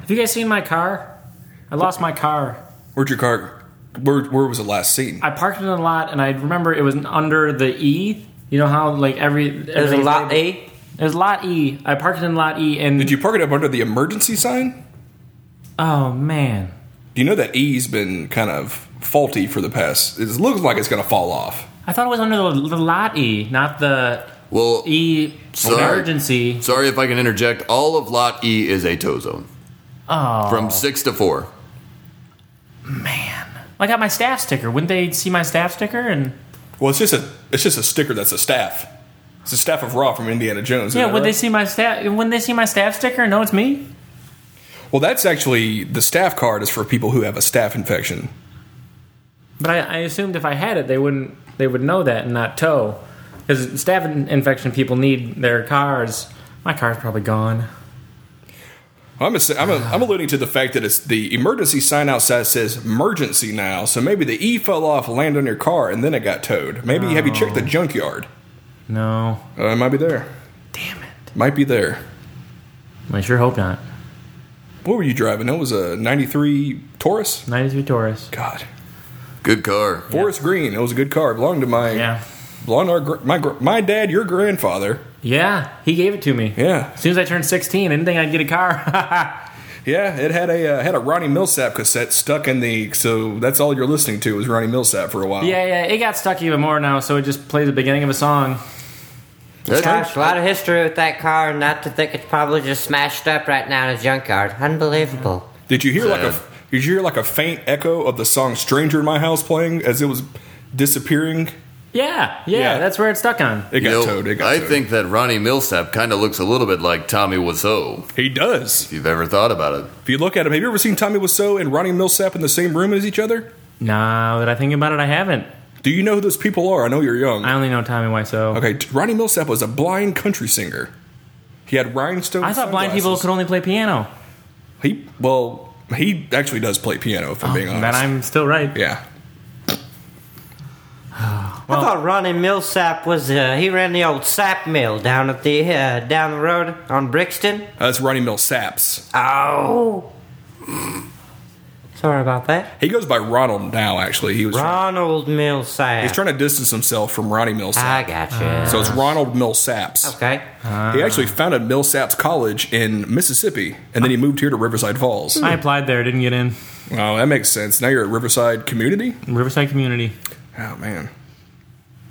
Have you guys seen my car? I lost my car. Where'd your car? Where where was it last seen? I parked it in a lot, and I remember it was under the E. You know how like every There's a everything's lot labeled- A. There's lot E. I parked it in lot E, and Did you park it up under the emergency sign? oh man, Do you know that E's been kind of faulty for the past? It looks like it's gonna fall off. I thought it was under the, the lot E, not the Well, E Sorry. emergency. sorry if I can interject. All of Lot E is a tow zone Oh from six to four. man, I got my staff sticker. Wouldn't they see my staff sticker? And Well, it's just a it's just a sticker that's a staff. It's a staff of raw from Indiana Jones. yeah, isn't that would they right? see my staff? Wouldn't they see my staff sticker? and know it's me. Well, that's actually the staff card is for people who have a staff infection. But I, I assumed if I had it, they wouldn't. They would know that and not tow, because staff in- infection people need their cars. My car's probably gone. I'm, a, I'm, a, I'm alluding to the fact that it's the emergency sign outside says emergency now, so maybe the E fell off, landed on your car, and then it got towed. Maybe have you Oh. checked the junkyard? No, Uh, it might be there. damn it. Might be there. I sure hope not. What were you driving? That was a '93 Taurus. Ninety-three Taurus. God, Good car. Forest Green. It was a good car. It belonged to my Yeah, belonged to our, gr- my gr- my dad, your grandfather. yeah. He gave it to me. Yeah, As soon as I turned sixteen, I didn't think I'd get a car. yeah. It had a uh, had a Ronnie Millsap cassette stuck in the. So that's all you're listening to was Ronnie Millsap for a while. Yeah, yeah, it got stuck even more now, so it just plays the beginning of a song. That's Gosh, a lot of history with that car, and not to think it's probably just smashed up right now in a junkyard. Unbelievable. Did you hear like Sad. a did you hear like a faint echo of the song "Stranger in My House" playing as it was disappearing? Yeah, yeah, Yeah. that's where it's stuck on. It got You know, towed. It got I towed. think that Ronnie Millsap kind of looks a little bit like Tommy Wiseau. he does. If you've ever thought about it, If you look at him, have you ever seen Tommy Wiseau and Ronnie Millsap in the same room as each other? Now that I think about it, I haven't. Do you know who those people are? I know you're young. I only know Tommy Wiseau. Okay, t- Ronnie Millsap was a blind country singer. He had rhinestone. I thought blind people could sunglasses. only play piano. He well, he actually does play piano. If I'm being honest, Oh, Then I'm still right. yeah. I thought Ronnie Millsap was uh, he ran the old sap mill down at the uh, down the road on Brixton. Uh, That's Ronnie Millsaps. Oh, sorry about that. He goes by Ronald now. Actually, he was Ronald Millsap. he's trying to distance himself from Ronnie I Millsap. gotcha. Ah, so it's Ronald Millsaps. okay. He actually founded Millsaps College in Mississippi, and then he moved here to Riverside Falls. I applied there, didn't get in. Oh, that makes sense. Now you're at Riverside Community. Riverside Community. Oh man,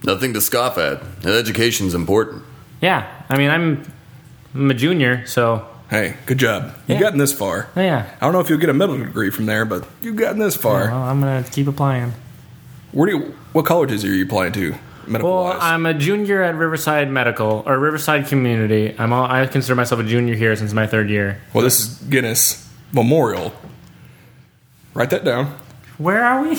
nothing to scoff at. And education's important. Yeah, I mean, I'm, I'm a junior, so hey, good job. You've Yeah. gotten this far. yeah. I don't know if you'll get a medical degree from there, but you've gotten this far. Well, I'm gonna keep applying. Where do you, what colleges are you applying to? Medical Well, wise? I'm a junior at Riverside Medical or Riverside Community. I'm all, I consider myself a junior here since my third year. well, this is Guinness Memorial. Write that down. Where are we?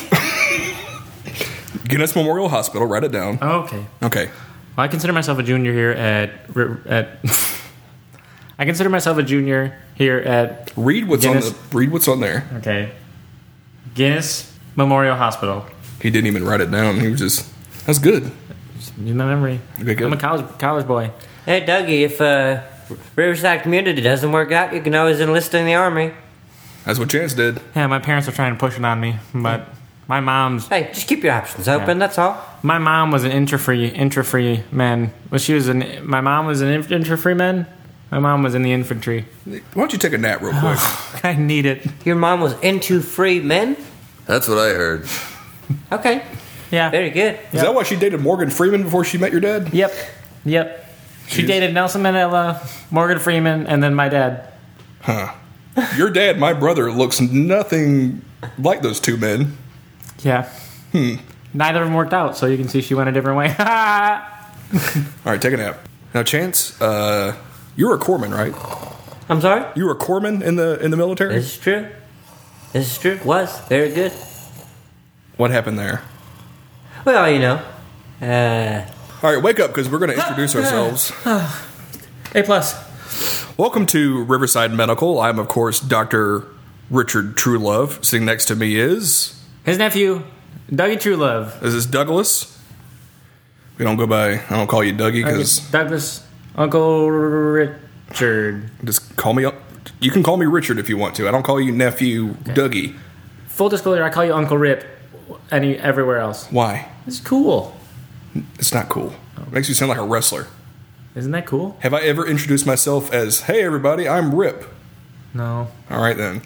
Guinness Memorial Hospital. Write it down. Oh, okay. Okay. Well, I consider myself a junior here at Ri- at. I consider myself a junior here at Read what's Guinness- on the read what's on there. okay Guinness Memorial Hospital. He didn't even write it down. He was just that's good. Use my memory. Okay, good. I'm a college college boy. Hey, Dougie, if uh, Riverside Community doesn't work out, you can always enlist in the army. That's what Chance did. Yeah, my parents are trying to push it on me, but my mom's Hey, just keep your options open. Yeah. That's all. my mom was an intra-free intra-free man. Well, she was an my mom was an inf- intra-free man. My mom was in the infantry. Why don't you take a nap real quick? I need it. Your mom was into free men. That's what I heard. Okay, Yeah. very good. Is that why she dated Morgan Freeman before she met your dad? Yep. Yep. She Jeez. dated Nelson Mandela, Morgan Freeman, and then my dad. Huh. Your dad, my brother, looks nothing like those two men. Yeah. Hmm. Neither of them worked out, so you can see she went a different way. All right, take a nap. Now, Chance, uh, you were a corpsman, right? I'm sorry. You were a corpsman in the in the military. This is true. This is true. Was very good. what happened there? Well, you know, uh, All right, wake up because we're going to introduce ourselves. a plus. Welcome to Riverside Medical. I'm, of course, Doctor Richard Truelove. Sitting next to me is His nephew, Dougie True Love. this is Douglas. We don't go by. I don't call you Dougie because Douglas, Uncle Richard. just call me up. You can call me Richard if you want to. I don't call you nephew Dougie. Full disclosure, I call you Uncle Rip. Any everywhere else, Why? it's cool. It's not cool. It makes you sound like a wrestler. Isn't that cool? Have I ever introduced myself as "Hey, everybody, I'm Rip"? No, All right then.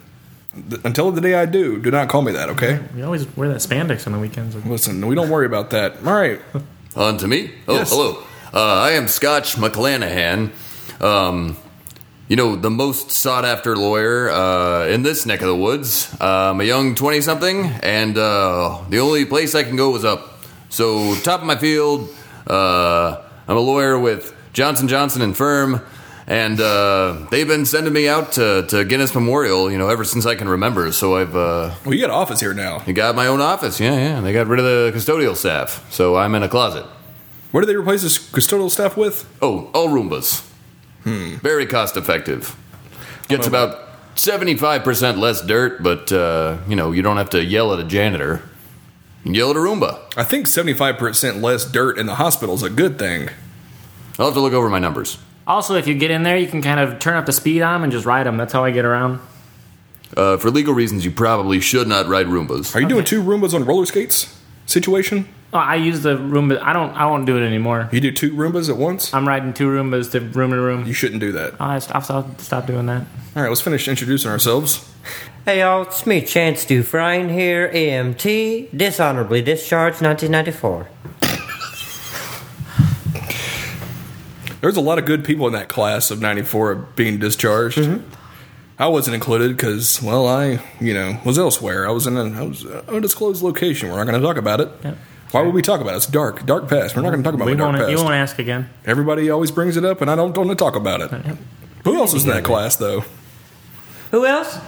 Th- Until the day I do, do not call me that. Okay. we always wear that spandex on the weekends. Listen, we don't worry about that. All right. On to me? Oh, Yes. hello. Uh, I am Scotch McClanahan. Um, you know, the most sought after lawyer uh, in this neck of the woods. Uh, I'm a young 20 something, and uh, the only place I can go is up. So, top of my field, uh, I'm a lawyer with Johnson Johnson and Firm, and uh, they've been sending me out to, to Guinness Memorial, you know, ever since I can remember. So, I've uh, Well, you got an office here now. got my own office. Yeah, yeah. They got rid of the custodial staff, so I'm in a closet. What do they replace this custodial staff with? Oh, all Roombas. Very cost effective. Gets about 75% less dirt, but, uh, you know, you don't have to yell at a janitor. You can yell at a Roomba. I think seventy-five percent less dirt in the hospital is a good thing. I'll have to look over my numbers. Also, if you get in there, you can kind of turn up the speed on 'em and just ride them. That's how I get around. Uh, for legal reasons, you probably should not ride Roombas. Are you doing two Roombas on roller skates? Situation? Oh, I use the Roomba. I don't. I won't do it anymore. You do two Roombas at once? I'm riding two Roombas to room to room. You shouldn't do that. I'll, I'll stop, stop doing that. All right, let's finish introducing ourselves. Hey y'all, it's me, Chance Dufresne here, EMT, dishonorably discharged 1994. There's a lot of good people in that class of 94 being discharged. Mm-hmm. I wasn't included because, well, I, you know, was elsewhere. I was in an I was, uh, undisclosed location. We're not going to talk about it. Why would we talk about it? It's dark, dark past. We're not going to talk about we my dark won't. past. You won't ask again. Everybody always brings it up, and I don't want to talk about it. Who else was in that class, though? Who else?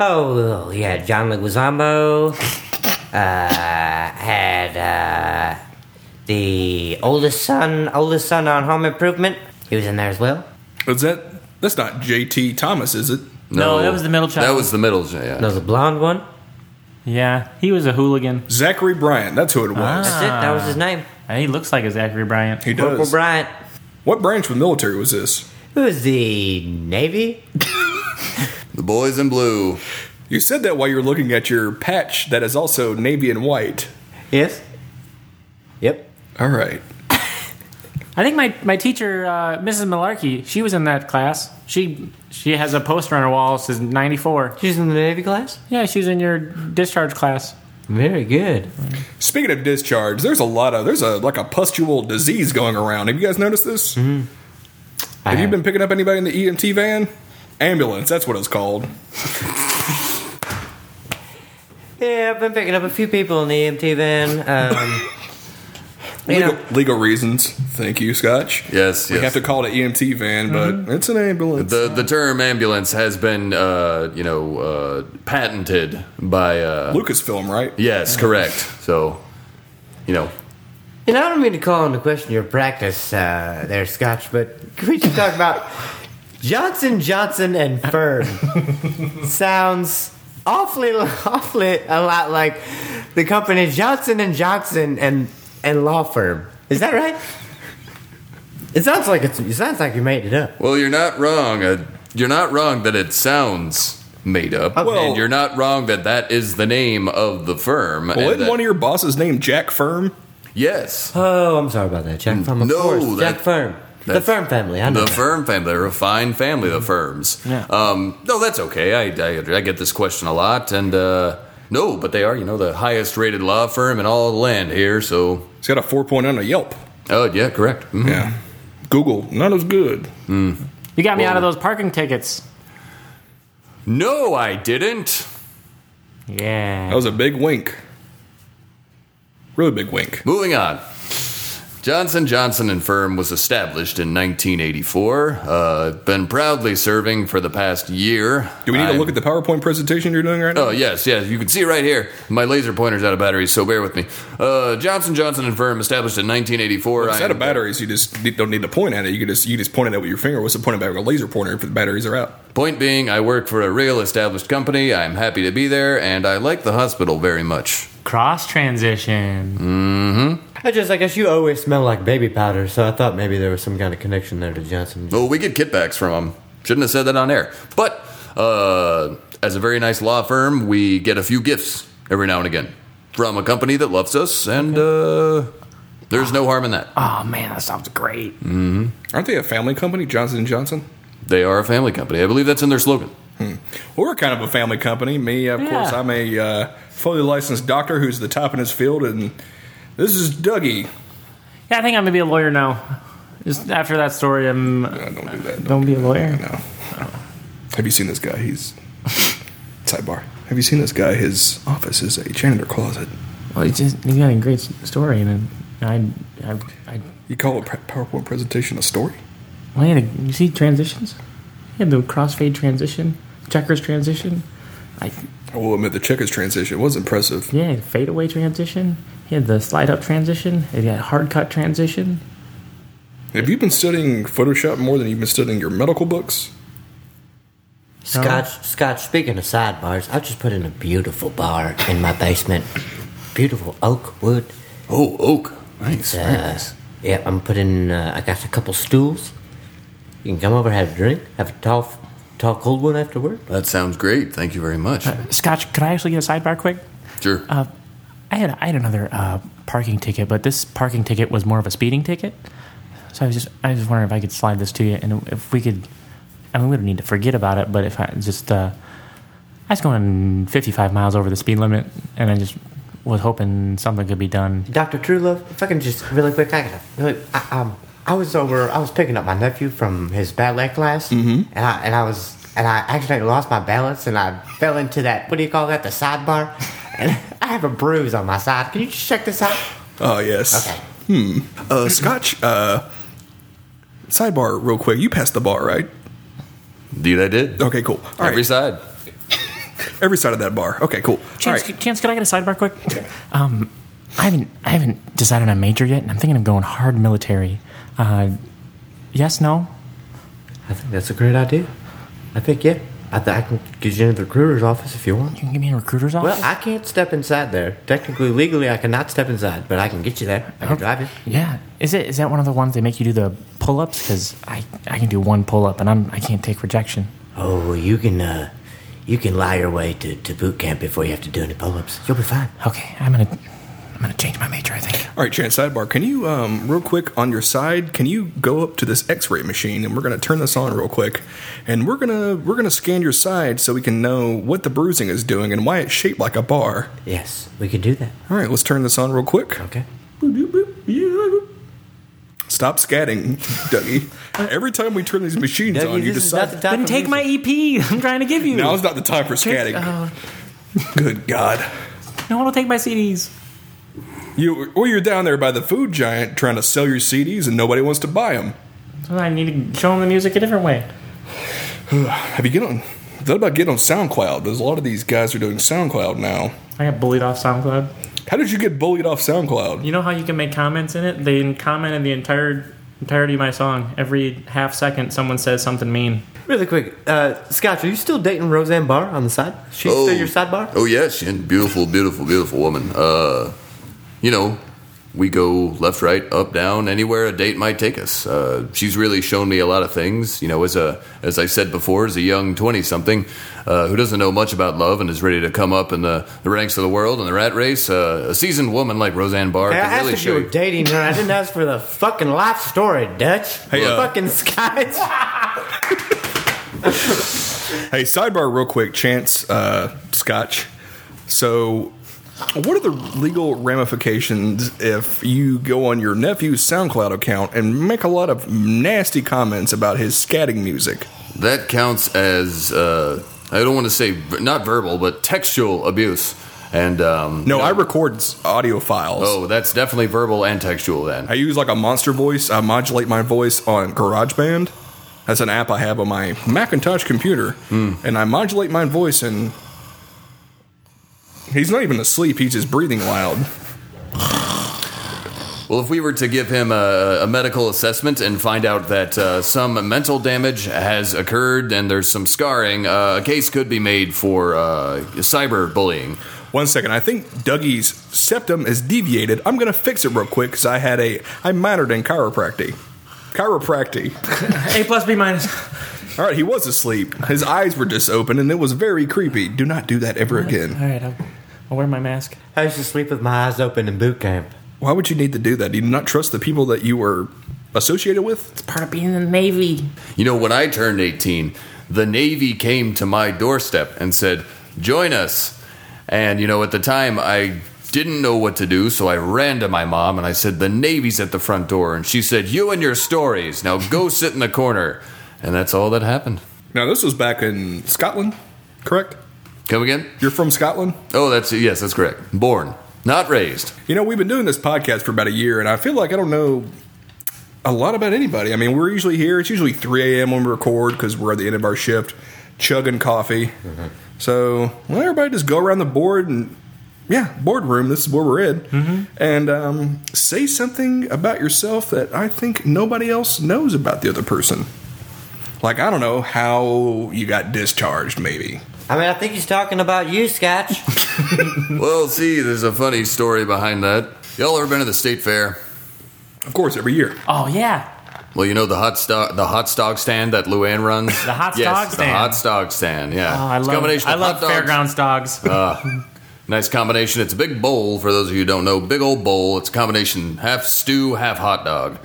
Oh, yeah, John Leguizamo. Uh, had uh, the oldest son, oldest son on Home Improvement. He was in there as well. Is that that's not J.T. Thomas, is it? No, that was the middle child. That was the middle child. yeah. There was a blonde one. Yeah, he was a hooligan, Zachary Bryant. That's who it was. That's it. That was his name, and he looks like a Zachary Bryant. He Corporal does. Bryant. what branch of the military was this? Who was the Navy? The boys in blue. You said that while you're looking at your patch that is also navy and white. Yes. Yep. All right. I think my my teacher, uh, Mrs. Malarkey, she was in that class. She she has a poster on her wall. Says ninety four. She was in the Navy class. Yeah, she was in your discharge class. Very good. Speaking of discharge, there's a lot of there's a like a pustule disease going around. Have you guys noticed this? Have you been picking up anybody in the EMT van? Ambulance, that's what it's called. Yeah, I've been picking up a few people in the E EMT van. Um, you Legal, know, legal reasons. Thank you, Scotch. Yes, We yes. have to call it an EMT van, but it's an ambulance. The the term ambulance has been, uh, you know, uh, patented by. Uh, Lucasfilm, right? yes, correct. So, you know, you know, I don't mean to call into question your practice uh, there, Scotch, but can we just talk about Johnson Johnson and Firm? Sounds awfully, awfully a lot like the company Johnson and Johnson and and law firm. Is that right? It sounds like it's, it sounds like you made it up. Well, you're not wrong. Uh, you're not wrong that it sounds made up, Uh, Well- and you're not wrong that that is the name of the firm. and Well, isn't that- one of your bosses named Jack Firm? yes, Oh, I'm sorry about that, Jack Firm. Of Mm. No, that- course, Jack Firm. The that's- Firm family. I know. the that. firm family, they're a fine family. The firms. Yeah. Um, no, that's okay. I, I I get this question a lot, and uh, no, but they are you know the highest rated law firm in all the land here. So, It's got a 4.0 on a Yelp. oh yeah, correct. Mhm. Yeah. Google, not as good. You got me out of Whoa. those parking tickets. No, I didn't. That Yeah. was a big wink. Really big wink. Moving on. Johnson Johnson and Firm was established in 1984. Uh, been proudly serving for the past year. Do we need to look at the PowerPoint presentation you're doing right now? Oh yes, yes. You can see right here. My laser pointer's out of battery, so bear with me. Uh, Johnson Johnson and Firm, established in 1984. Instead of batteries, you just you don't need to point at it. You can just you just point it out with your finger. What's the point of having a laser pointer if the batteries are out? Point being, I work for a real established company. I'm happy to be there, and I like the hospital very much. Cross transition. I just, I guess you always smell like baby powder, so I thought maybe there was some kind of connection there to Johnson. Oh, we get kitbacks from them. Shouldn't have said that on air. But uh, as a very nice law firm, we get a few gifts every now and again from a company that loves us, and uh, there's no harm in that. Oh man, that sounds great. Aren't they a family company, Johnson and Johnson? They are a family company. I believe that's in their slogan. We're kind of a family company. Me, of Yeah. course, I'm a uh, fully licensed doctor who's the top in his field, and this is Dougie. Yeah, I think I'm gonna be a lawyer now. Just after that story, I'm No, don't do that. don't be a lawyer. No. Have you seen this guy? He's sidebar. Have you seen this guy? His office is a janitor closet. Well, it's just you got a great s- story, and I, I, I, You call a pre- PowerPoint presentation a story? well, you had a- you see transitions. You had the crossfade transition, checkers transition. I, I will admit the checkers transition was impressive. yeah, fadeaway transition. He had the slide up transition. He had hard cut transition. Have you been studying Photoshop more than you've been studying your medical books? Scotch, Scotch. Speaking of sidebars, I just put in a beautiful bar in my basement. Beautiful oak wood. Oh, Oak. Nice. Uh, yeah, I'm putting. Uh, I got a couple stools. You can come over, have a drink, have a tall, tall cold one afterward. That sounds great. Thank you very much. Uh, Scotch, could I actually get a sidebar quick? Sure. I had I had another uh, parking ticket, but this parking ticket was more of a speeding ticket. So I was just I was wondering if I could slide this to you, and if we could, I mean, we don't need to forget about it, but if I just uh, I was going 55 miles over the speed limit, and I just was hoping something could be done. Doctor Truelove, if I can just really quick, I gotta. really- I, um, I was over. I was picking up my nephew from his ballet class, and I and I was and I accidentally lost my balance, and I fell into that. What do you call that? The sidebar. And I have a bruise on my side. Can you just check this out? Oh, yes. Okay. Uh, Scotch, uh, sidebar real quick. You passed the bar, right? Indeed, I did. Okay, cool. All Every right. side. Every side of that bar. Okay, cool. All Chance, right. Chance, could I get a sidebar quick? Um, I haven't I haven't decided on a major yet, and I'm thinking of going hard military. Uh, yes, no. I think that's a great idea. I think yeah. I, th- I can get you into the recruiter's office if you want. You can give me a recruiter's office. Well, I can't step inside there. Technically, legally, I cannot step inside, but I can get you there. I can drive you. Yeah, is it is that one of the ones they make you do the pull ups? Because I I can do one pull up and I'm I can't take rejection. Oh, you can, uh, you can lie your way to, to boot camp before you have to do any pull-ups. You'll be fine. Okay, I'm gonna I'm gonna change my major. I think. All right, Chance Sidebar, can you, um, real quick on your side, can you go up to this X-ray machine and we're gonna turn this on real quick, and we're gonna we're gonna scan your side so we can know what the bruising is doing and why it's shaped like a bar. Yes, we can do that. All right, let's turn this on real quick. Okay. Stop scatting, Dougie. Every time we turn these machines on, you decide time Then take my EP. I'm trying to give you. now's not the time for scatting. Oh, Good God, no one will take my CDs. you well you're down there by the food giant trying to sell your CDs and nobody wants to buy them. So I need to show them the music a different way. Have you get on? Thought about getting on SoundCloud? There's a lot of these guys are doing SoundCloud now. I got bullied off SoundCloud. How did you get bullied off SoundCloud? You know how you can make comments in it? They commented the entire entirety of my song. Every half second, someone says something mean. Really quick, uh, Scott, are you still dating Roseanne Barr on the side? She's still your sidebar? Oh yes, and beautiful, beautiful, beautiful woman. Uh, you know, we go left, right, up, down, anywhere a date might take us. Uh, she's really shown me a lot of things. You know, as a as I said before, as a young twenty something uh, who doesn't know much about love and is ready to come up in the, the ranks of the world and the rat race, uh, a seasoned woman like Roseanne Barr Hey, I can asked really if show you were dating her. I didn't ask for the fucking life story, Dutch. Hey, uh, fucking Scott. Hey, sidebar, real quick, Chance uh, Scotch. So, what are the legal ramifications if you go on your nephew's SoundCloud account and make a lot of nasty comments about his scatting music? That counts as uh, I don't want to say ver- not verbal, but textual abuse. And um, No, I record s- audio files. oh, that's definitely verbal and textual. Then I use like a monster voice. I modulate my voice on GarageBand. That's an app I have on my Macintosh computer, and I modulate my voice. And he's not even asleep; he's just breathing loud. Well, if we were to give him a, a medical assessment and find out that uh, some mental damage has occurred and there's some scarring, uh, a case could be made for uh, cyberbullying. One second. I think Dougie's septum is deviated. I'm gonna fix it real quick because I had a I minored in chiropractic. Chiropractic. A plus B minus. All right, he was asleep. His eyes were just open, and it was very creepy. Do not do that ever All again. right, I'll, I'll wear my mask. I used to sleep with my eyes open in boot camp. Why would you need to do that? Do you not trust the people that you were associated with? It's part of being in the Navy. You know, when I turned 18, the Navy came to my doorstep and said, Join us. And, you know, at the time, I didn't know what to do, so I ran to my mom and I said, The Navy's at the front door. And she said, You and your stories. Now go sit in the corner. And that's all that happened. Now, this was back in Scotland, correct? Come again? You're from Scotland? Oh, that's, yes, that's correct. Born, not raised. You know, we've been doing this podcast for about a year, and I feel like I don't know a lot about anybody. I mean, we're usually here. It's usually 3 a.m. when we record because we're at the end of our shift, chugging coffee. So, well, everybody just go around the board and, yeah, boardroom. This is where we're in. And um, say something about yourself that I think nobody else knows about the other person. Like, I don't know how you got discharged, maybe. I mean, I think he's talking about you, Scotch. Well, see, there's a funny story behind that. Y'all ever been to the state fair? Of course, every year. Oh yeah, Well, you know the hot stock, the hot dog stand that Luann runs. The hot yes, dog stand. The hot dog stand. Yeah, oh, I It's a love combination I of love hot dogs. fairgrounds dogs. Nice combination. It's a big bowl for those of you who don't know. Big old bowl. It's a combination half stew, half hot dog.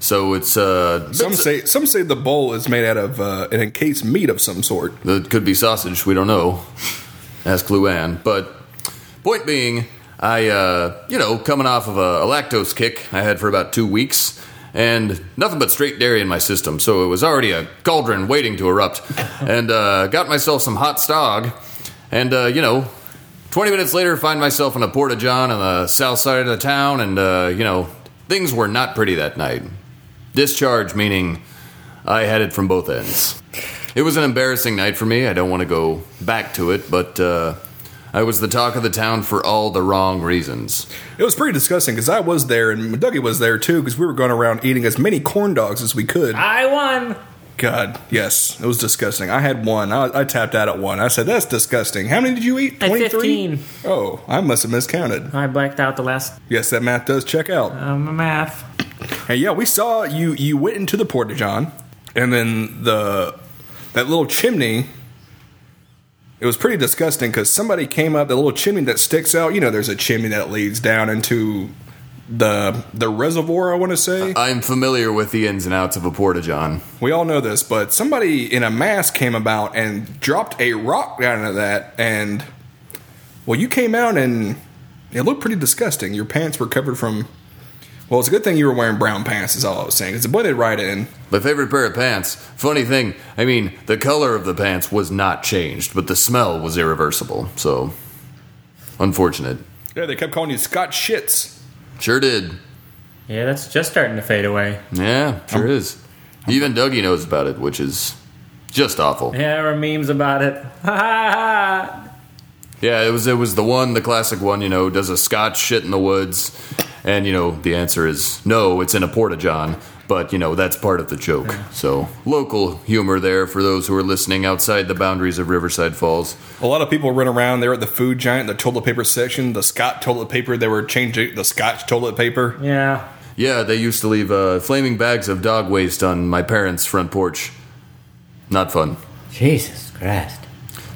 So it's uh, Some bits- say some say the bowl is made out of uh, an encased meat of some sort. It could be sausage. We don't know. Ask Luann. But point being, I, uh, you know, coming off of a, a lactose kick I had for about two weeks, and nothing but straight dairy in my system, so it was already a cauldron waiting to erupt. And uh, got myself some hot stog, and uh, you know. 20 minutes later, find myself in a Porta John on the south side of the town, and, uh, you know, things were not pretty that night. Discharge, meaning I had it from both ends. It was an embarrassing night for me. I don't want to go back to it, but uh, I was the talk of the town for all the wrong reasons. It was pretty disgusting because I was there and Dougie was there too because we were going around eating as many corn dogs as we could. I won. God, yes, it was disgusting. I had one. I, I tapped out at one. I said, "That's disgusting." How many did you eat? At Twenty three. 15. Oh, I must have miscounted. I blacked out the last Yes, that math does check out. um, math. And yeah, we saw you. You went into the porta john, and then the that little chimney. It was pretty disgusting because somebody came up the little chimney that sticks out. You know, there's a chimney that leads down into the the reservoir. I want to say. I'm familiar with the ins and outs of a porta john. We all know this, but somebody in a mask came about and dropped a rock down into that, and well, you came out and it looked pretty disgusting. Your pants were covered from. Well, it's a good thing you were wearing brown pants. Is all I was saying. It's a butted right in. My favorite pair of pants. Funny thing, I mean, the color of the pants was not changed, but the smell was irreversible. So, unfortunate. Yeah, they kept calling you Scott Shits. Sure did. Yeah, that's just starting to fade away. Yeah, sure is. Even Dougie knows about it, which is just awful. Yeah, there were memes about it. Ha ha Yeah, it was it was the one, the classic one. You know, does a Scotch shit in the woods? And you know, the answer is no. It's in a porta john, but you know that's part of the joke. So local humor there for those who are listening outside the boundaries of Riverside Falls. A lot of people run around there at the food giant, the toilet paper section, the Scott toilet paper. They were changing the Scotch toilet paper. ha. Yeah. Yeah, they used to leave uh, flaming bags of dog waste on my parents' front porch. Not fun. Jesus Christ.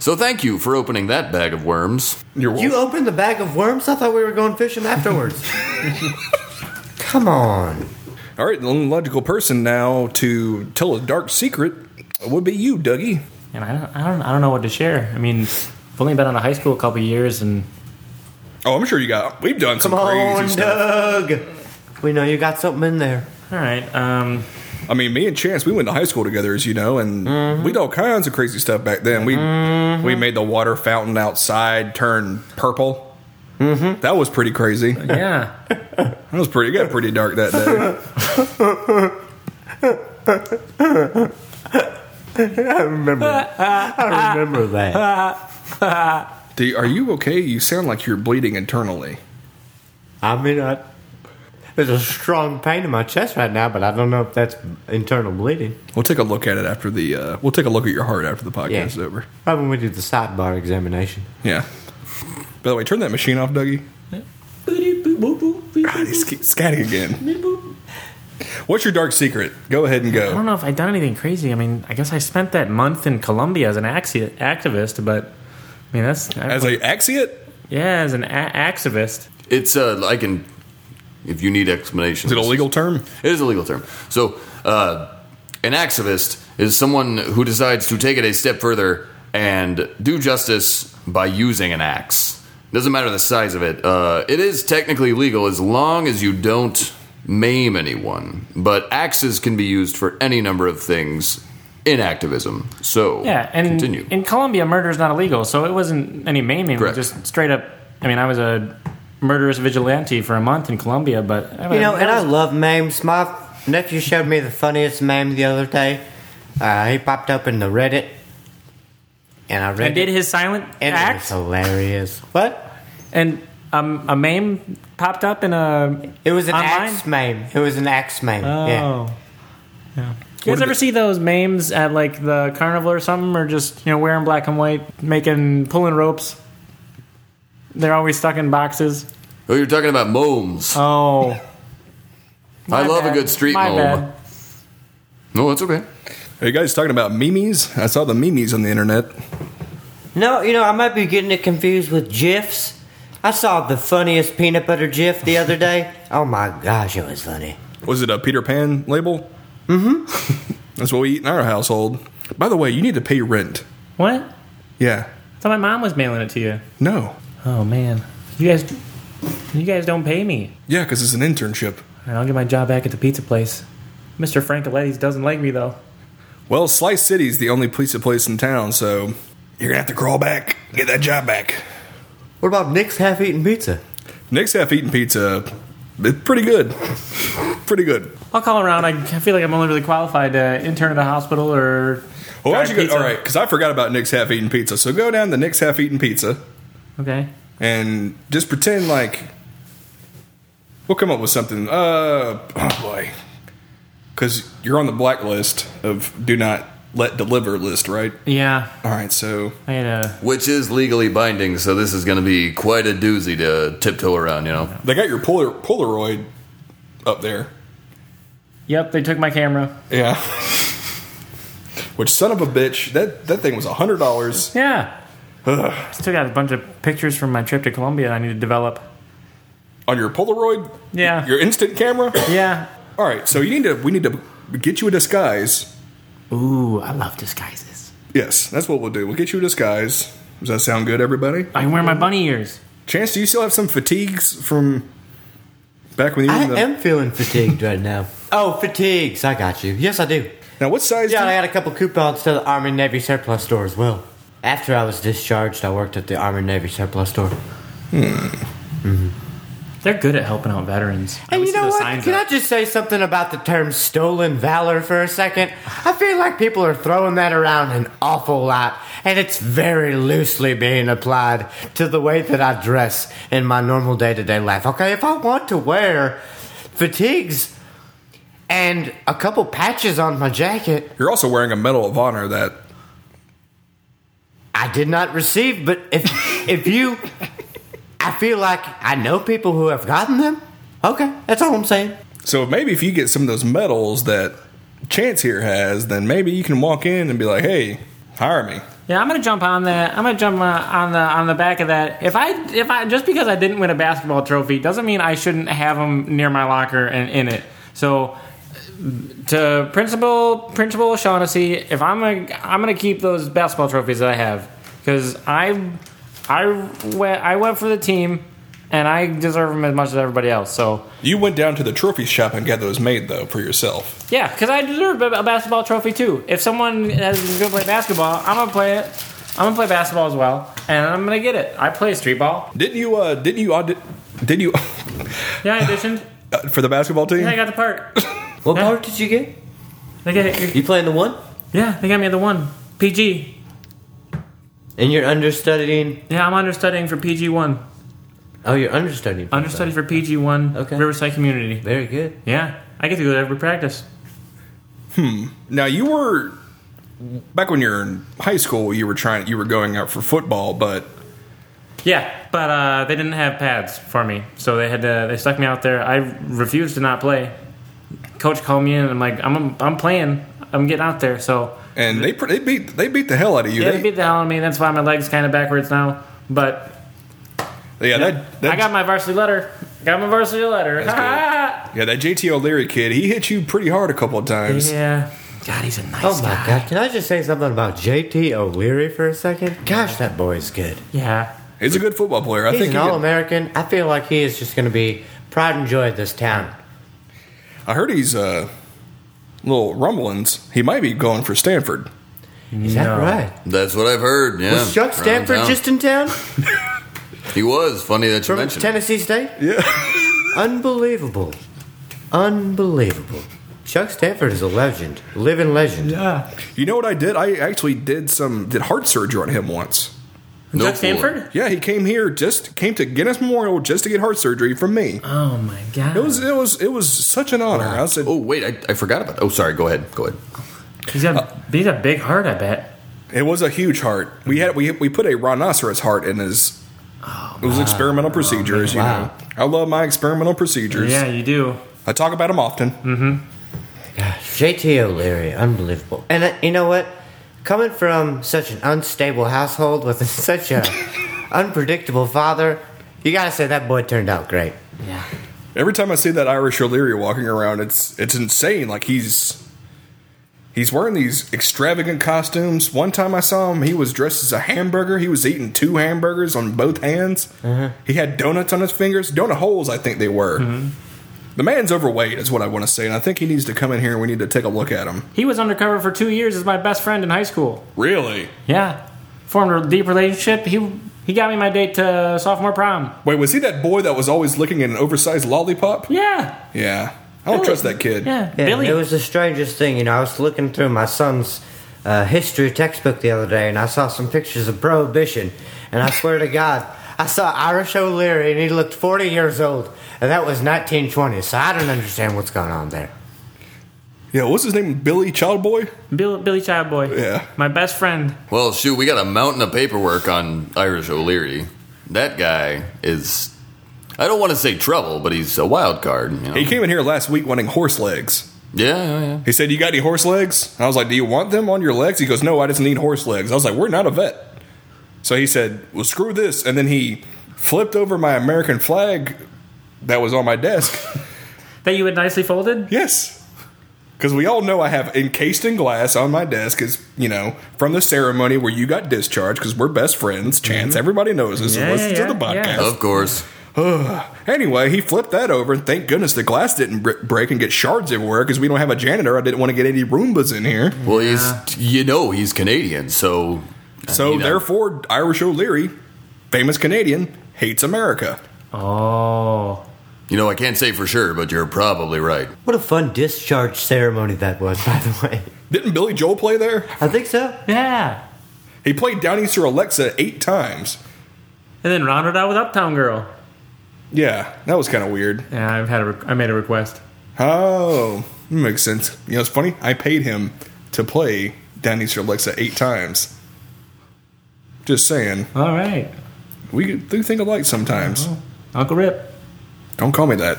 So thank you for opening that bag of worms. You're You opened the bag of worms? I thought we were going fishing afterwards. Come on. all right. The only logical person now to tell a dark secret would be you, Dougie. And I don't, I don't, I don't know what to share. I mean, I've only been out of high school a couple years, and Oh, I'm sure you got. We've done some Come crazy on, stuff. Doug. We know you got something in there. all right. Um, I mean, me and Chance, we went to high school together, as you know, and Mm-hmm. we did all kinds of crazy stuff back then. We we made the water fountain outside turn purple. Mm-hmm. That was pretty crazy. That yeah. was pretty. It got pretty dark that day. I remember that. Do you- are you okay? You sound like you're bleeding internally. I mean, I, there's a strong pain in my chest right now, but I don't know if that's internal bleeding. We'll take a look at it after the. Uh, we'll take a look at your heart after the podcast Yeah. is over. Probably when we do the sidebar examination. Yeah. By the way, turn that machine off, Ah, Dougie. God, he's sc- scatting again. What's your dark secret? Go ahead and I don't go. know if I'd done anything crazy. I mean, I guess I spent that month in Colombia as an axi- activist, but I mean that's As a axiot? yeah, as an a- activist. It's uh, like in if you need explanations, Is it a legal term? It is a legal term. So, uh, an activist is someone who decides to take it a step further and do justice by using an axe. Doesn't matter the size of it. Uh, it is technically legal as long as you don't maim anyone. But axes can be used for any number of things in activism. So, Yeah, and continue. in Colombia, murder is not illegal, so it wasn't any maiming. It was Correct. Just straight up. I mean, I was a murderous vigilante for a month in Colombia, but You know, and I love memes. My nephew showed me the funniest meme the other day. Uh, he popped up in the Reddit, and I read and did it, his silent and it was act, hilarious. What? and um, a meme popped up in a. It was an Online? axe meme. It was an axe meme. Oh. Yeah. Yeah. You guys ever see those memes at like the carnival or something, or just you know wearing black and white, making pulling ropes? They're always stuck in boxes. oh, you're talking about momes. Oh, I my love a bad. good street My mome. bad. No, it's okay. Are you guys talking about memes? I saw the memes on the internet. No, you know, I might be getting it confused with GIFs. I saw the funniest peanut butter GIF the other day. Oh my gosh, it was funny. Was it a Peter Pan label? Mm-hmm. That's what we eat in our household. By the way, you need to pay your rent. What? Yeah. So my mom was mailing it to you. No. Oh man, you guys, you guys don't pay me. Yeah, because it's an internship. All right, I'll get my job back at the pizza place. Mr. Francoletti's doesn't like me though. Well, Slice City's the only pizza place in town, so you're gonna have to crawl back, get that job back. What about Nick's half-eaten pizza? Nick's half eating pizza. It's pretty good. pretty good. I'll call around. I I feel like I'm only really qualified to intern at a hospital or. Well, why don't Fried you go? pizza. All right, because I forgot about Nick's half eaten pizza. So go down to Nick's half eaten pizza Okay. and just pretend like we'll come up with something. Uh, oh boy, because you're on the blacklist of do not let deliver list, right? Yeah, All right, so I had a. Which is legally binding, so this is going to be quite a doozy to tiptoe around, you know? they got your Polar- Polaroid up there. Yep, they took my camera. Yeah. Which son of a bitch? That that thing was a hundred dollars. Yeah. Ugh. Still got a bunch of pictures from my trip to Colombia I need to develop. on your Polaroid. Yeah. Your instant camera. Yeah. All right, so you need to. We need to get you a disguise. Ooh, I love disguises. Yes, that's what we'll do. We'll get you a disguise. Does that sound good, everybody? I can wear my bunny ears. Chance, do you still have some fatigues from back when you were I in the, am feeling fatigued right now. Oh, fatigues! I got you. Yes, I do. now? What size? Yeah, do I you- got a couple coupons to the Army Navy surplus store as well. After I was discharged, I worked at the Army Navy surplus store. They're good at helping out veterans. I And always you see know those what? signs Can up. I just say something about the term stolen valor for a second? I feel like people are throwing that around an awful lot, and it's very loosely being applied to the way that I dress in my normal day to day life. Okay, if I want to wear fatigues and a couple patches on my jacket, You're also wearing a Medal of Honor. That I did not receive, but if if you I feel like I know people who have gotten them. Okay, that's all I'm saying. so maybe if you get some of those medals that Chance here has, then maybe you can walk in and be like, "Hey, hire me." Yeah, I'm gonna jump on that. I'm gonna jump uh, on the on the back of that. If I if I just because I didn't win a basketball trophy doesn't mean I shouldn't have them near my locker and in it. So to principal principal Shaughnessy, if I'm a, I'm gonna keep those basketball trophies that I have because I I went I went for the team and I deserve them as much as everybody else. So You went down to the trophy shop and got those made though for yourself. yeah, because I deserve a basketball trophy too. If someone has going to play basketball, I'm gonna play it. I'm gonna play basketball as well, and I'm gonna get it. I play street ball. Didn't you? Uh, didn't you? Audi- did you Yeah, I auditioned. uh, for the basketball team? Yeah, I got the part. What part did you get? They got, You playing the one? yeah, they got me the one PG. And you're understudying. Yeah, I'm understudying for PG one. Oh, you're understudying. Understudy for PG one. Okay. Riverside Community. Very good. Yeah, I get to go to every practice. now you were back when you were in high school. You were trying. You were going out for football, but Yeah, but uh, they didn't have pads for me, so they had to. They stuck me out there. I refused to not play coach called me in, and I'm like, I'm I'm playing, I'm getting out there. So And they pr- they beat they beat the hell out of you. yeah, They- they beat the hell out of me. That's why my legs kind of backwards now. But yeah, that, that I got my varsity letter. Got my varsity letter. yeah that JT O'Leary kid. He hit you pretty hard a couple of times. yeah. God, he's a nice Oh my guy. god! Can I just say something about JT O'Leary for a second? Gosh, that boy's good. Yeah. He's a good football player. I He's think. an he- all-American. I feel like he is just going to be pride and joy of this town. I heard he's uh, little rumblings. He might be going for Stanford. Is that No. right? That's what I've heard. Yeah, Was Chuck around Stanford town. just in town he was funny that you from mentioned. Tennessee State? Yeah. Unbelievable, unbelievable. Chuck Stanford is a legend, living legend. Yeah. You know what I did? I actually did some did heart surgery on him once. No Chuck fooling. Stanford? Yeah, he came here just came to Guinness Memorial just to get heart surgery from me. Oh my god. It was it was it was such an honor. I said, Oh wait, I, I forgot about. Oh sorry, go ahead, go ahead. he's got he's a big heart, I bet. It was a huge heart. We had we we put a rhinoceros heart in his. it was experimental procedures, you Wow. know. I love my experimental procedures. Yeah, you do. I talk about them often. JT O'Leary, unbelievable. And uh, you know what? Coming from such an unstable household with such a unpredictable father, you gotta say that boy turned out great. Yeah. Every time I see that Irish O'Leary walking around, it's it's insane. Like he's he's wearing these extravagant costumes. One time I saw him, he was dressed as a hamburger. He was eating two hamburgers on both hands. He had donuts on his fingers, donut holes, I think they were. The man's overweight, is what I want to say, and I think he needs to come in here and we need to take a look at him. He was undercover for two years as my best friend in high school. Really? Yeah. Formed a deep relationship. He he got me my date to sophomore prom. Wait, was he that boy that was always licking an oversized lollipop? Yeah. Yeah. I don't trust that kid. Yeah. Yeah, Billy. It was the strangest thing, you know. I was looking through my son's uh, history textbook the other day, and I saw some pictures of Prohibition, and I swear to God, I saw Irish O'Leary, and he looked 40 years old, and that was 1920. So I don't understand what's going on there. Yeah, what's his name? Billy Childboy? Bill, Billy Childboy. Yeah. My best friend. Well, shoot, we got a mountain of paperwork on Irish O'Leary. That guy is. I don't want to say trouble, but he's a wild card. You know? He came in here last week wanting horse legs. yeah, yeah, yeah. He said, "You got any horse legs?" And I was like, "Do you want them on your legs?" He goes, "No, I just need horse legs." I was like, "We're not a vet." So he said, "Well, screw this," and then he flipped over my American flag that was on my desk. That you had nicely folded? yes, because we all know I have encased in glass on my desk is you know from the ceremony where you got discharged because we're best friends. Chance, everybody knows this. Mm-hmm. Yeah, and listens yeah, to the yeah, yeah. podcast. Of course. Anyway, he flipped that over, and thank goodness the glass didn't br- break and get shards everywhere because we don't have a janitor. I didn't want to get any Roombas in here. Well, he's you know he's Canadian, so So you know. therefore, Irish O'Leary, famous Canadian, hates America. Oh. you know I can't say for sure, but you're probably right. What a fun discharge ceremony that was, by the way. Didn't Billy Joel play there? I think so. Yeah. He played Downeaster Alexa eight times. And then rounded out with Uptown Girl. Yeah, that was kind of weird. Yeah, I've had a re- I made a request. Oh, makes sense. You know, it's funny. I paid him to play Downeaster Alexa eight times. Just saying, All right. we do think alike sometimes. Uh-huh. Uncle Rip. Don't call me that.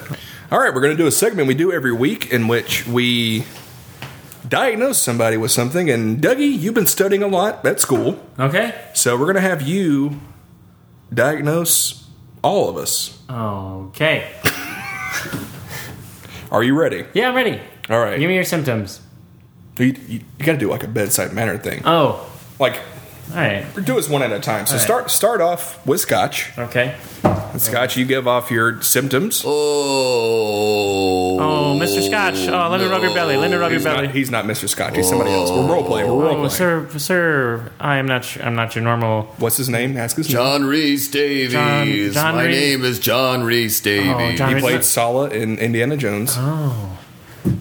All right, we're going to do a segment we do every week in which we diagnose somebody with something. And Dougie, you've been studying a lot at school. Okay. So we're gonna have you diagnose all of us. Okay. Are you ready? Yeah, I'm ready. All right. Give me your symptoms. You, you, you gotta do like a bedside manner thing. Oh. Like All right. do us one at a time. So All right. start start off with Scotch. Okay. Scotch, you give off your symptoms. Oh, Oh, Mr. Scotch. Oh, let me rub your belly. Let me rub your He's belly. not, he's not Mr. Scotch. He's somebody else. We're role playing. We're role Oh, playing. sir, sir, I am not. Your, I'm not your normal. What's his name? Ask his name. John Reese Davies. John- John My Reese- Oh, name is John Reese Davies. John He Reese- played Sala in Indiana Jones. Oh.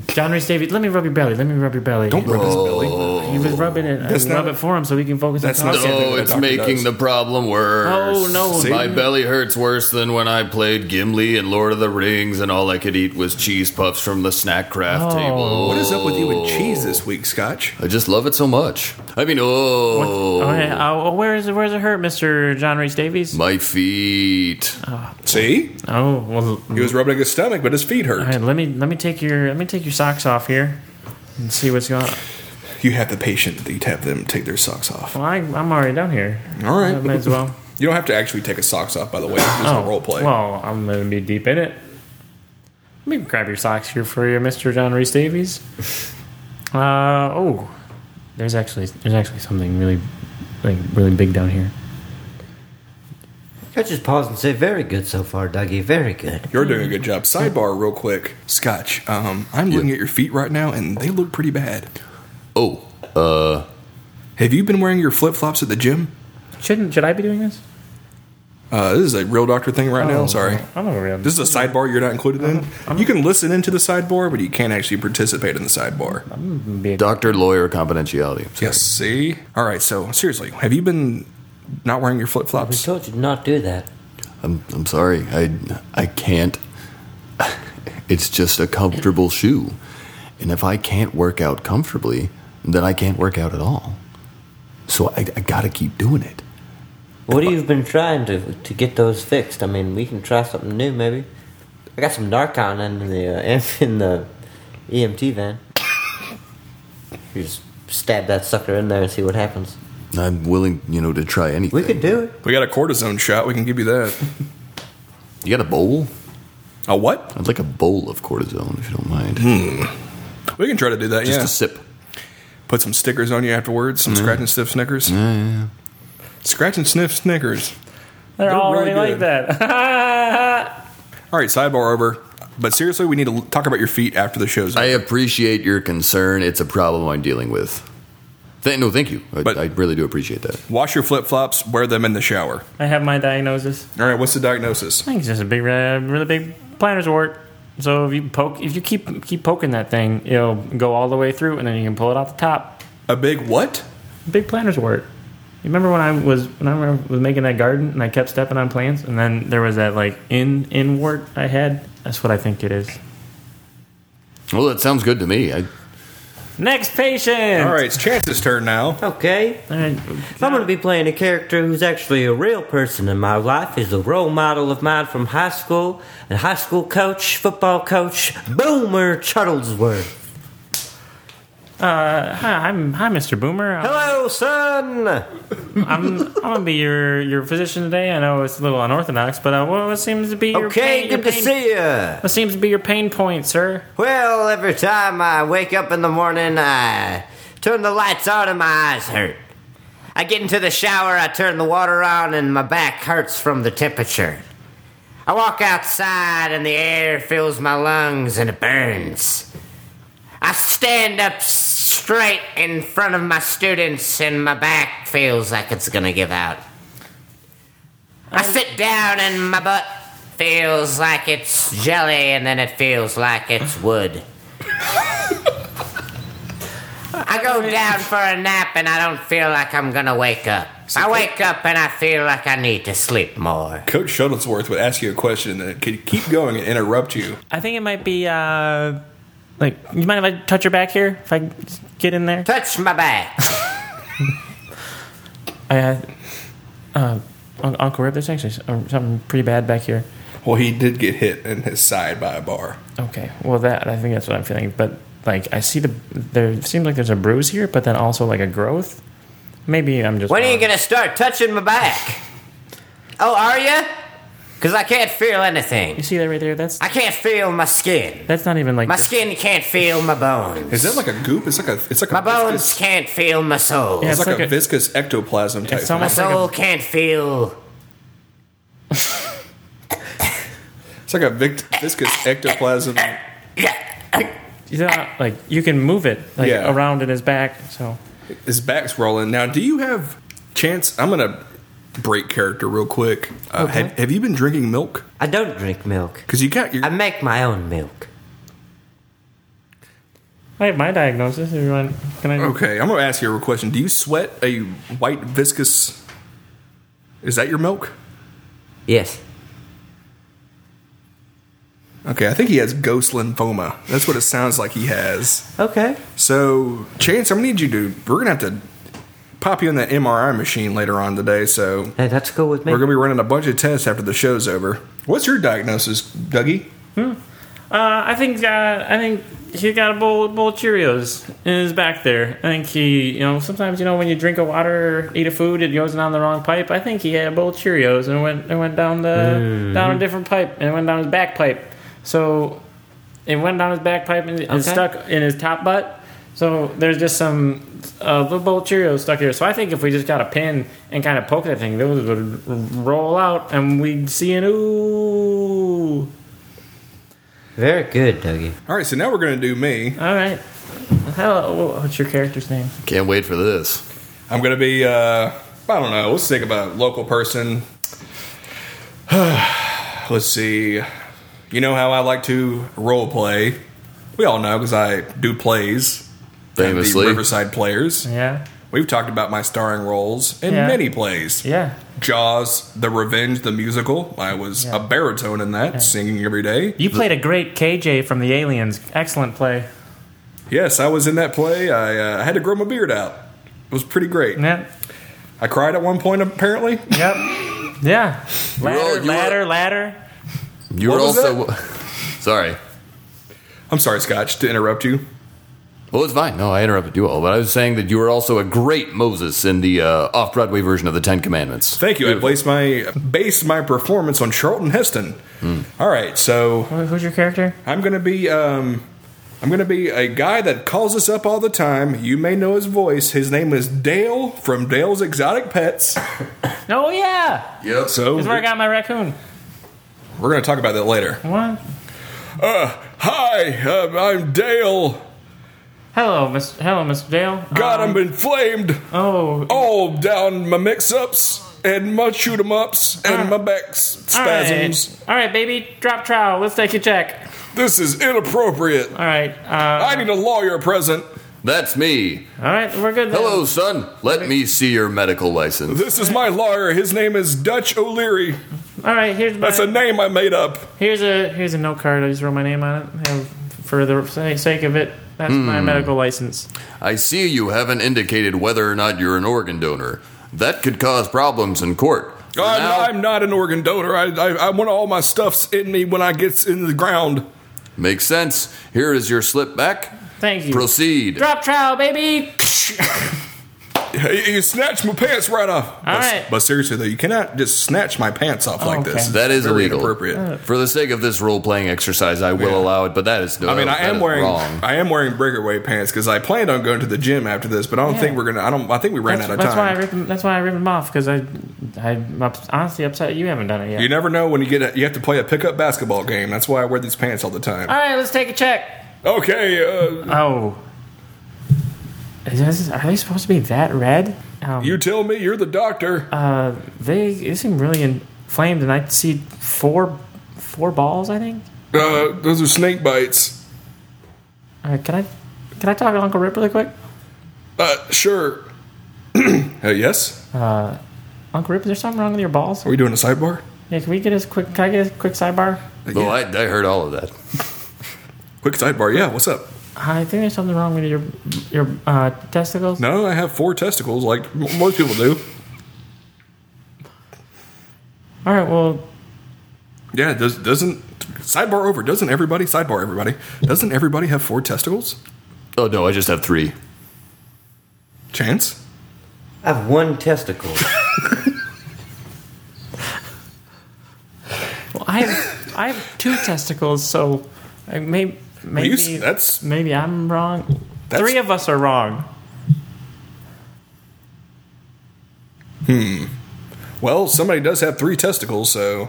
John Reese Davies. Let me rub your belly. Let me rub your belly. Oh, Don't rub his belly. He was rubbing it. I That's rub not- it for him so he can focus that's on not- talking. Something that No, a it's doctor making does. the problem worse. Oh, no. My See? belly hurts worse than when I played Gimli and Lord of the Rings, and all I could eat was cheese puffs from the snack craft Oh. table. What What is up with you and cheese this week, Scotch? I just love it so much. I mean, What- oh, Okay, uh, where is it? Where's it hurt, Mister John Reese Davies? my feet. See, oh well. he was rubbing his stomach, but his feet hurt. All right, let me let me take your let me take your socks off here and see what's going. on. You have the patient that you'd have them take their socks off. Well, I, I'm already down here. All right. I might as well. You don't have to actually take a socks off, by the way. It's just a role play. Oh, Well, I'm gonna be deep in it. Let me grab your socks here for you, Mister John Reese Davies. Uh oh, there's actually there's actually something really like really big down here. I just pause and say, very good so far, Dougie. Very good. You're doing a good job. Sidebar, real quick, Scotch. Um, I'm looking at your feet right now, and they look pretty bad. Oh, Have you been wearing your flip flops at the gym? Shouldn't should I be doing this? Uh, this is a real doctor thing right now. Oh, Sorry. I'm a real. This is a sidebar you're not included in. You can listen into the sidebar, but you can't actually participate in the sidebar. big. doctor, lawyer, confidentiality. Yes, see? All right, so seriously, have you been not wearing your flip We flops? told you to not do that. I'm, I'm sorry. I, I can't. It's just a comfortable shoe. And if I can't work out comfortably, then I can't work out at all. So I, I gotta keep doing it. What have you been trying to to get those fixed? I mean, we can try something new, maybe. I got some Narcan in the uh, em- in the EMT van. You just stab that sucker in there and see what happens. I'm willing, you know, to try anything. We could do it. We got a cortisone shot. We can give you that. You got a bowl? A what? I'd like a bowl of cortisone if you don't mind. We can try to do that. Just Hmm, yeah. a sip. Put some stickers on you afterwards. Some scratch and sniff Snickers. Mm-hmm. Scratch and sniff Snickers. They're They're already really like that. All right, sidebar over. But seriously, we need to l- talk about your feet after the show's. I over. appreciate your concern. It's a problem I'm dealing with. Th- no, thank you. I, But- I really do appreciate that. Wash your flip flops. Wear them in the shower. I have my diagnosis. All right. What's the diagnosis? I think it's just a big, uh, really big planner's wart. So if you poke, if you keep keep poking that thing, it'll go all the way through, and then you can pull it off the top. A big what? Big planner's wart. You remember when I was when I remember- was making that garden, and I kept stepping on plants, and then there was that like in in wart I had. That's what I think it is. Well, that sounds good to me. I, Next patient. All right, it's Chance's turn now. Okay. All right. If I'm going to be playing a character who's actually a real person in my life, he's a role model of mine from high school, and high school coach, football coach, Boomer Shuttlesworth. Uh, Hi, I'm hi, Mr. Boomer. I'm, Hello, son. I'm I'm gonna be your your physician today. I know it's a little unorthodox, but uh, what, what seems to be your pain, Okay, good your to pain, see you. What seems to be your pain point, sir? Well, every time I wake up in the morning, I turn the lights on and my eyes hurt. I get into the shower, I turn the water on, and my back hurts from the temperature. I walk outside, and the air fills my lungs and it burns. I stand up straight in front of my students, and my back feels like it's gonna give out. I sit down and my butt feels like it's jelly and then it feels like it's wood. I go down for a nap and I don't feel like I'm gonna wake up. I wake up and I feel like I need to sleep more. Coach Shuttlesworth would ask you a question that could keep going and interrupt you. I think it might be uh like you mind if I touch your back here? If I get in there? Touch my back. I uh, uh Un- Uncle Rip, there's actually s- uh, something pretty bad back here. Well, he did get hit in his side by a bar. Okay, well that I think that's what I'm feeling. But like I see the there seems like there's a bruise here, but then also like a growth. Maybe I'm just. When are you wrong. gonna start touching my back? Oh, are you? Because I can't feel anything. You see that right there? That's I can't feel my skin. that's not even like My skin can't feel my bones. Is that like a goop? It's like a. It's like My a bones viscous- can't feel my soul. Yeah, It's, It's like, like a, a- viscous ectoplasm type. It's thing. almost- soul can't feel. It's like a vic- viscous ectoplasm. you know, like you can move it like Yeah. around in his back. So His back's rolling. Now, do you have chance? I'm gonna break character real quick. Uh, have, have you been drinking milk? I don't drink milk. Because you got your. I make my own milk. I have my diagnosis. If you want, can I? Okay, I'm gonna ask you a question. Do you sweat a white viscous? Is that your milk? Yes. Okay, I think he has ghost lymphoma. That's what it sounds like he has. Okay. So, Chance, I'm gonna need you to. We're gonna have to pop you in that MRI machine later on today. So Hey, that's cool with me. we're gonna be running a bunch of tests after the show's over. What's your diagnosis, Dougie? Uh, I think uh, I think he got a bowl bowl of Cheerios in his back there. I think he, you know, sometimes you know when you drink a water, or eat a food, it goes down the wrong pipe. I think he had a bowl of Cheerios and it went it went down the down a different pipe and it went down his back pipe. So it went down his back pipe and it Okay. stuck in his top butt. So there's just some uh, little bowl of Cheerios stuck here. So I think if we just got a pin and kind of poke that thing, those would roll out and we'd see an ooh. Very good, Dougie. All right, so now we're gonna do me. All right. Hello. wh- What's your character's name? Can't wait for this. I'm gonna be. Uh, I don't know. Let's think about a local person. Let's see. You know how I like to role play. We all know because I do plays. I'm the Famously. Riverside Players. Yeah. We've talked about my starring roles in Yeah. many plays. Yeah. Jaws, The Revenge, the musical. I was Yeah. a baritone in that, singing every day. You played a great KJ from the Aliens. Excellent play. Yes, I was in that play. I uh, had to grow my beard out. It was pretty great. Yep. I cried at one point, apparently. Yep. Yeah. all- Ladder, you all- ladder, ladder. You What were was also. Sorry. I'm sorry, Scotch, to interrupt you. Well, it's fine. No, I interrupted you all, but I was saying that you were also a great Moses in the uh, off Broadway version of the Ten Commandments. Thank you. I placed my based my performance on Charlton Heston. All right, so Wh- Who's your character? I'm gonna be um, I'm gonna be a guy that calls us up all the time. You may know his voice. His name is Dale from Dale's Exotic Pets. Oh, yeah. Yep. So That's where I got my raccoon. we're gonna talk about that later. Uh, What? Hi, um, I'm Dale. Hello, Miss. Hello, Miss Dale. God, Um, I'm inflamed Oh. all down my mix-ups and my shoot-em-ups and my back s- Uh, all right. spasms. All right, baby. Drop trowel. Let's take a check. This is inappropriate. All right. Uh, I need a lawyer present. That's me. all right. We're good. then. Hello, son. Let me see your medical license. This is my lawyer. His name is Dutch O'Leary. All right. Here's my. That's a name I made up. Here's a here's a note card. I just wrote my name on it and for the sa- sake of it. That's Hmm. my medical license. I see you haven't indicated whether or not you're an organ donor. That could cause problems in court. For I'm, now, I'm not an organ donor. I, I, I want all my stuffs in me when I gets in the ground. Makes sense. Here is your slip back. Thank you. Proceed. Drop trial, baby. You, you snatched my pants right off. All but, right. but seriously though, you cannot just snatch my pants off like okay. this. That is Very illegal. Inappropriate. For the sake of this role playing exercise, I will Yeah. allow it, but that is no. I mean, I that am is wearing wrong. I am wearing breakaway pants because I planned on going to the gym after this, but I don't Yeah. think we're gonna. I don't. I think we ran That's, out of that's why I time. rip him. That's why I rip him off because I, I, am honestly upset you haven't done it yet. you never know when you get. A, you have to play a pickup basketball game. That's why I wear these pants all the time. All right, let's take a check. Okay. Uh, Oh, Is this- are they supposed to be that red? Um, you tell me. You're the doctor. uh, they, they seem really inflamed, and I see four, four balls. I think. Uh, those are snake bites. All right, can I, can I talk to Uncle Rip really quick? Uh, sure. uh, yes. Uncle Rip, is there something wrong with your balls? Are we doing a sidebar? Yeah, can we get his quick? Can I get his quick sidebar? Well, I, I heard all of that. Quick sidebar. Yeah. What's up? I think there's something wrong with your your uh, testicles. No, I have four testicles, like m- most people do. All right, well, Yeah. Does doesn't sidebar over? Doesn't everybody sidebar everybody? Doesn't everybody have four testicles? Oh no, I just have three. Chance. I have one testicle. well, I have I have two testicles, so I may, you maybe s- that's- maybe I'm wrong. That's- Three of us are wrong. Well, somebody does have three testicles, so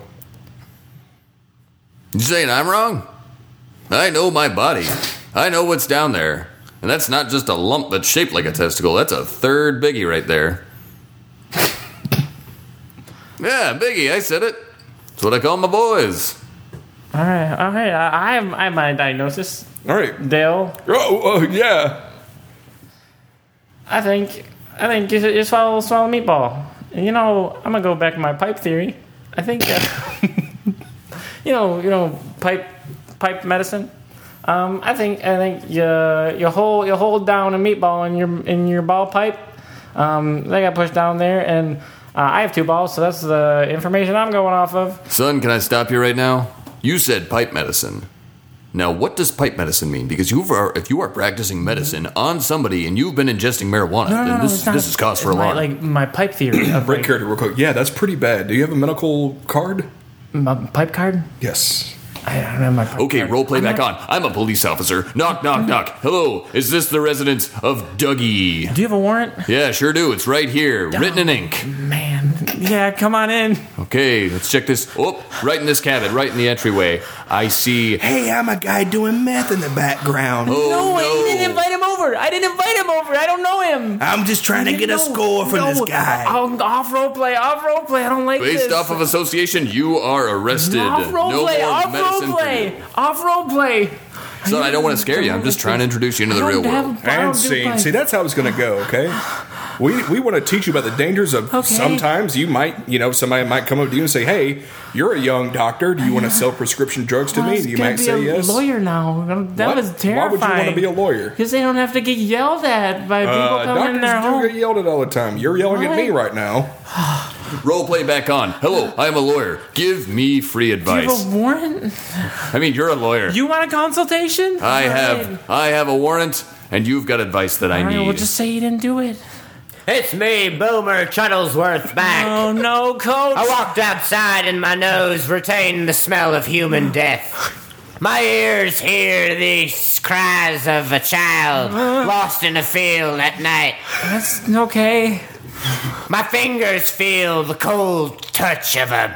You saying I'm wrong? I know my body. I know what's down there. And that's not just a lump that's shaped like a testicle. That's a third biggie right there. yeah, biggie, I said it. That's what I call my boys. oh, All right, all right. I, I have I have my diagnosis. All right. Dale, Oh, oh yeah. I think I think you should just swallow swallow meatball. And, You know, I'm gonna go back to my pipe theory. I think uh, you know you know pipe pipe medicine. Um, I think I think you you hold you hold down a meatball in your in your ball pipe. Um, they got pushed down there, and uh, I have two balls, so that's the information I'm going off of. Son, can I stop you right now? You said pipe medicine. Now, what does pipe medicine mean? Because you are, if you are practicing medicine on somebody and you've been ingesting marijuana, then this, this is cause my, for alarm. Like my pipe theory of Break like, character real quick. Yeah, that's pretty bad. Do you have a medical card? my pipe card. Yes. I don't have my pipe okay, card. role play I'm back not- on. I'm a police officer. Knock, knock, knock. Hello, is this the residence of Dougie? Do you have a warrant? Yeah, sure do. It's right here, written in ink. Man, yeah, come on in. Okay, let's check this. Oh, right in this cabin, right in the entryway. I see. Hey, I'm a guy doing meth in the background. Oh, no, no, I didn't invite him over. I didn't invite him over. I don't know him. I'm just trying to No, no. Oh, off role play, off role play. I don't like this. Based off of association, you are arrested. off role no play, more off medicine role for you. play, off role play. Son, I don't want to scare you. I'm just trying to introduce you into the real world. And scene. See, that's how it's going to go, okay? We, we want to teach you about the dangers of Okay. sometimes you might, you know, somebody might come up to you and say, hey, you're a young doctor. Do you want to sell prescription drugs to me? You might be say a yes. Lawyer now. That What? was terrifying. Why would you want to be a lawyer? Because they don't have to get yelled at by people Uh, coming in doctors their do home. get yelled at all the time. You're yelling at me What? right now. Role play back on. Hello, I am a lawyer. Give me free You have advice. Uh, a warrant? I mean, you're a lawyer. You want a consultation? All I right. have I have a warrant, and you've got advice that I All right, need. we'll just say you didn't do it. It's me, Boomer Chuttlesworth, Ah. back. Oh no, coach. I walked outside and my nose retained the smell of human death. My ears hear the cries of a child lost in a field at night. That's okay. My fingers feel the cold touch of a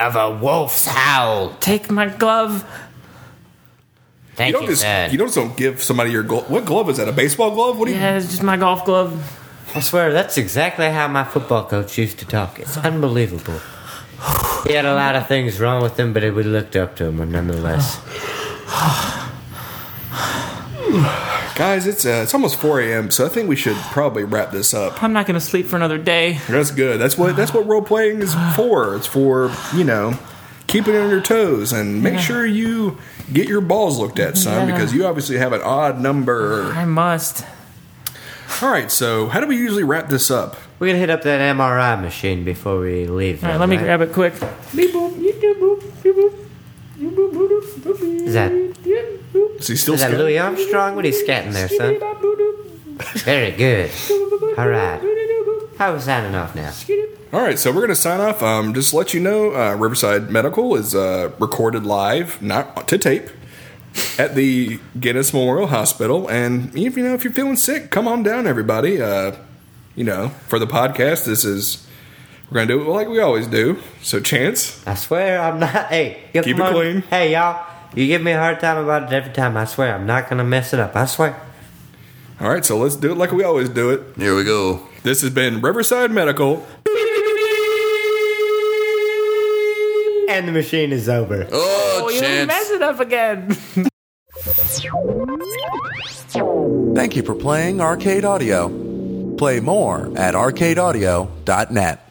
of a wolf's howl. Take my glove. You Thank don't you, just sir. you don't just don't give somebody your glove. What glove is that? A baseball glove? What do you? Yeah, it's just my golf glove. I swear, that's exactly how my football coach used to talk. It's unbelievable. He had a lot of things wrong with him, but we looked up to him nonetheless. Guys, it's uh, it's almost 4 a.m. So I think we should probably wrap this up. I'm not gonna sleep for another day. That's good. That's what that's what role playing is for. It's for you know keeping on your toes and make sure you get your balls looked at, son, Yeah. because you obviously have an odd number. I must. All right, so how do we usually wrap this up? We're gonna hit up that MRI machine before we leave. All right, let me grab it quick. Beep boop, you do boop, you boop. You boop, boop, doop, boop, you Is that- doop, boop. Is he still Is that scared? Louis Armstrong? What are you scatting there, son? Skiddy-bop, boop, doop, Very good. boop, All right. boop-doop, boop, How are we signing off now? skiddy-bop. All right, so we're going to sign off. Um, just to let you know, uh, Riverside Medical is uh, recorded live, not to tape, at the Guinness Memorial Hospital. And if you know if you're feeling sick, come on down, everybody. Uh, you know, for the podcast, this is we're going to do it like we always do. So, Chance, I swear I'm not. Hey, get Keep the it money. clean. Hey, y'all. You give me a hard time about it every time. I swear I'm not gonna mess it up. I swear. all right, so let's do it like we always do it. Here we go. This has been Riverside Medical. And the machine is over. Oh, Oh, you mess chance. it up again. Thank you for playing Arcade Audio. Play more at arcadeaudio.net.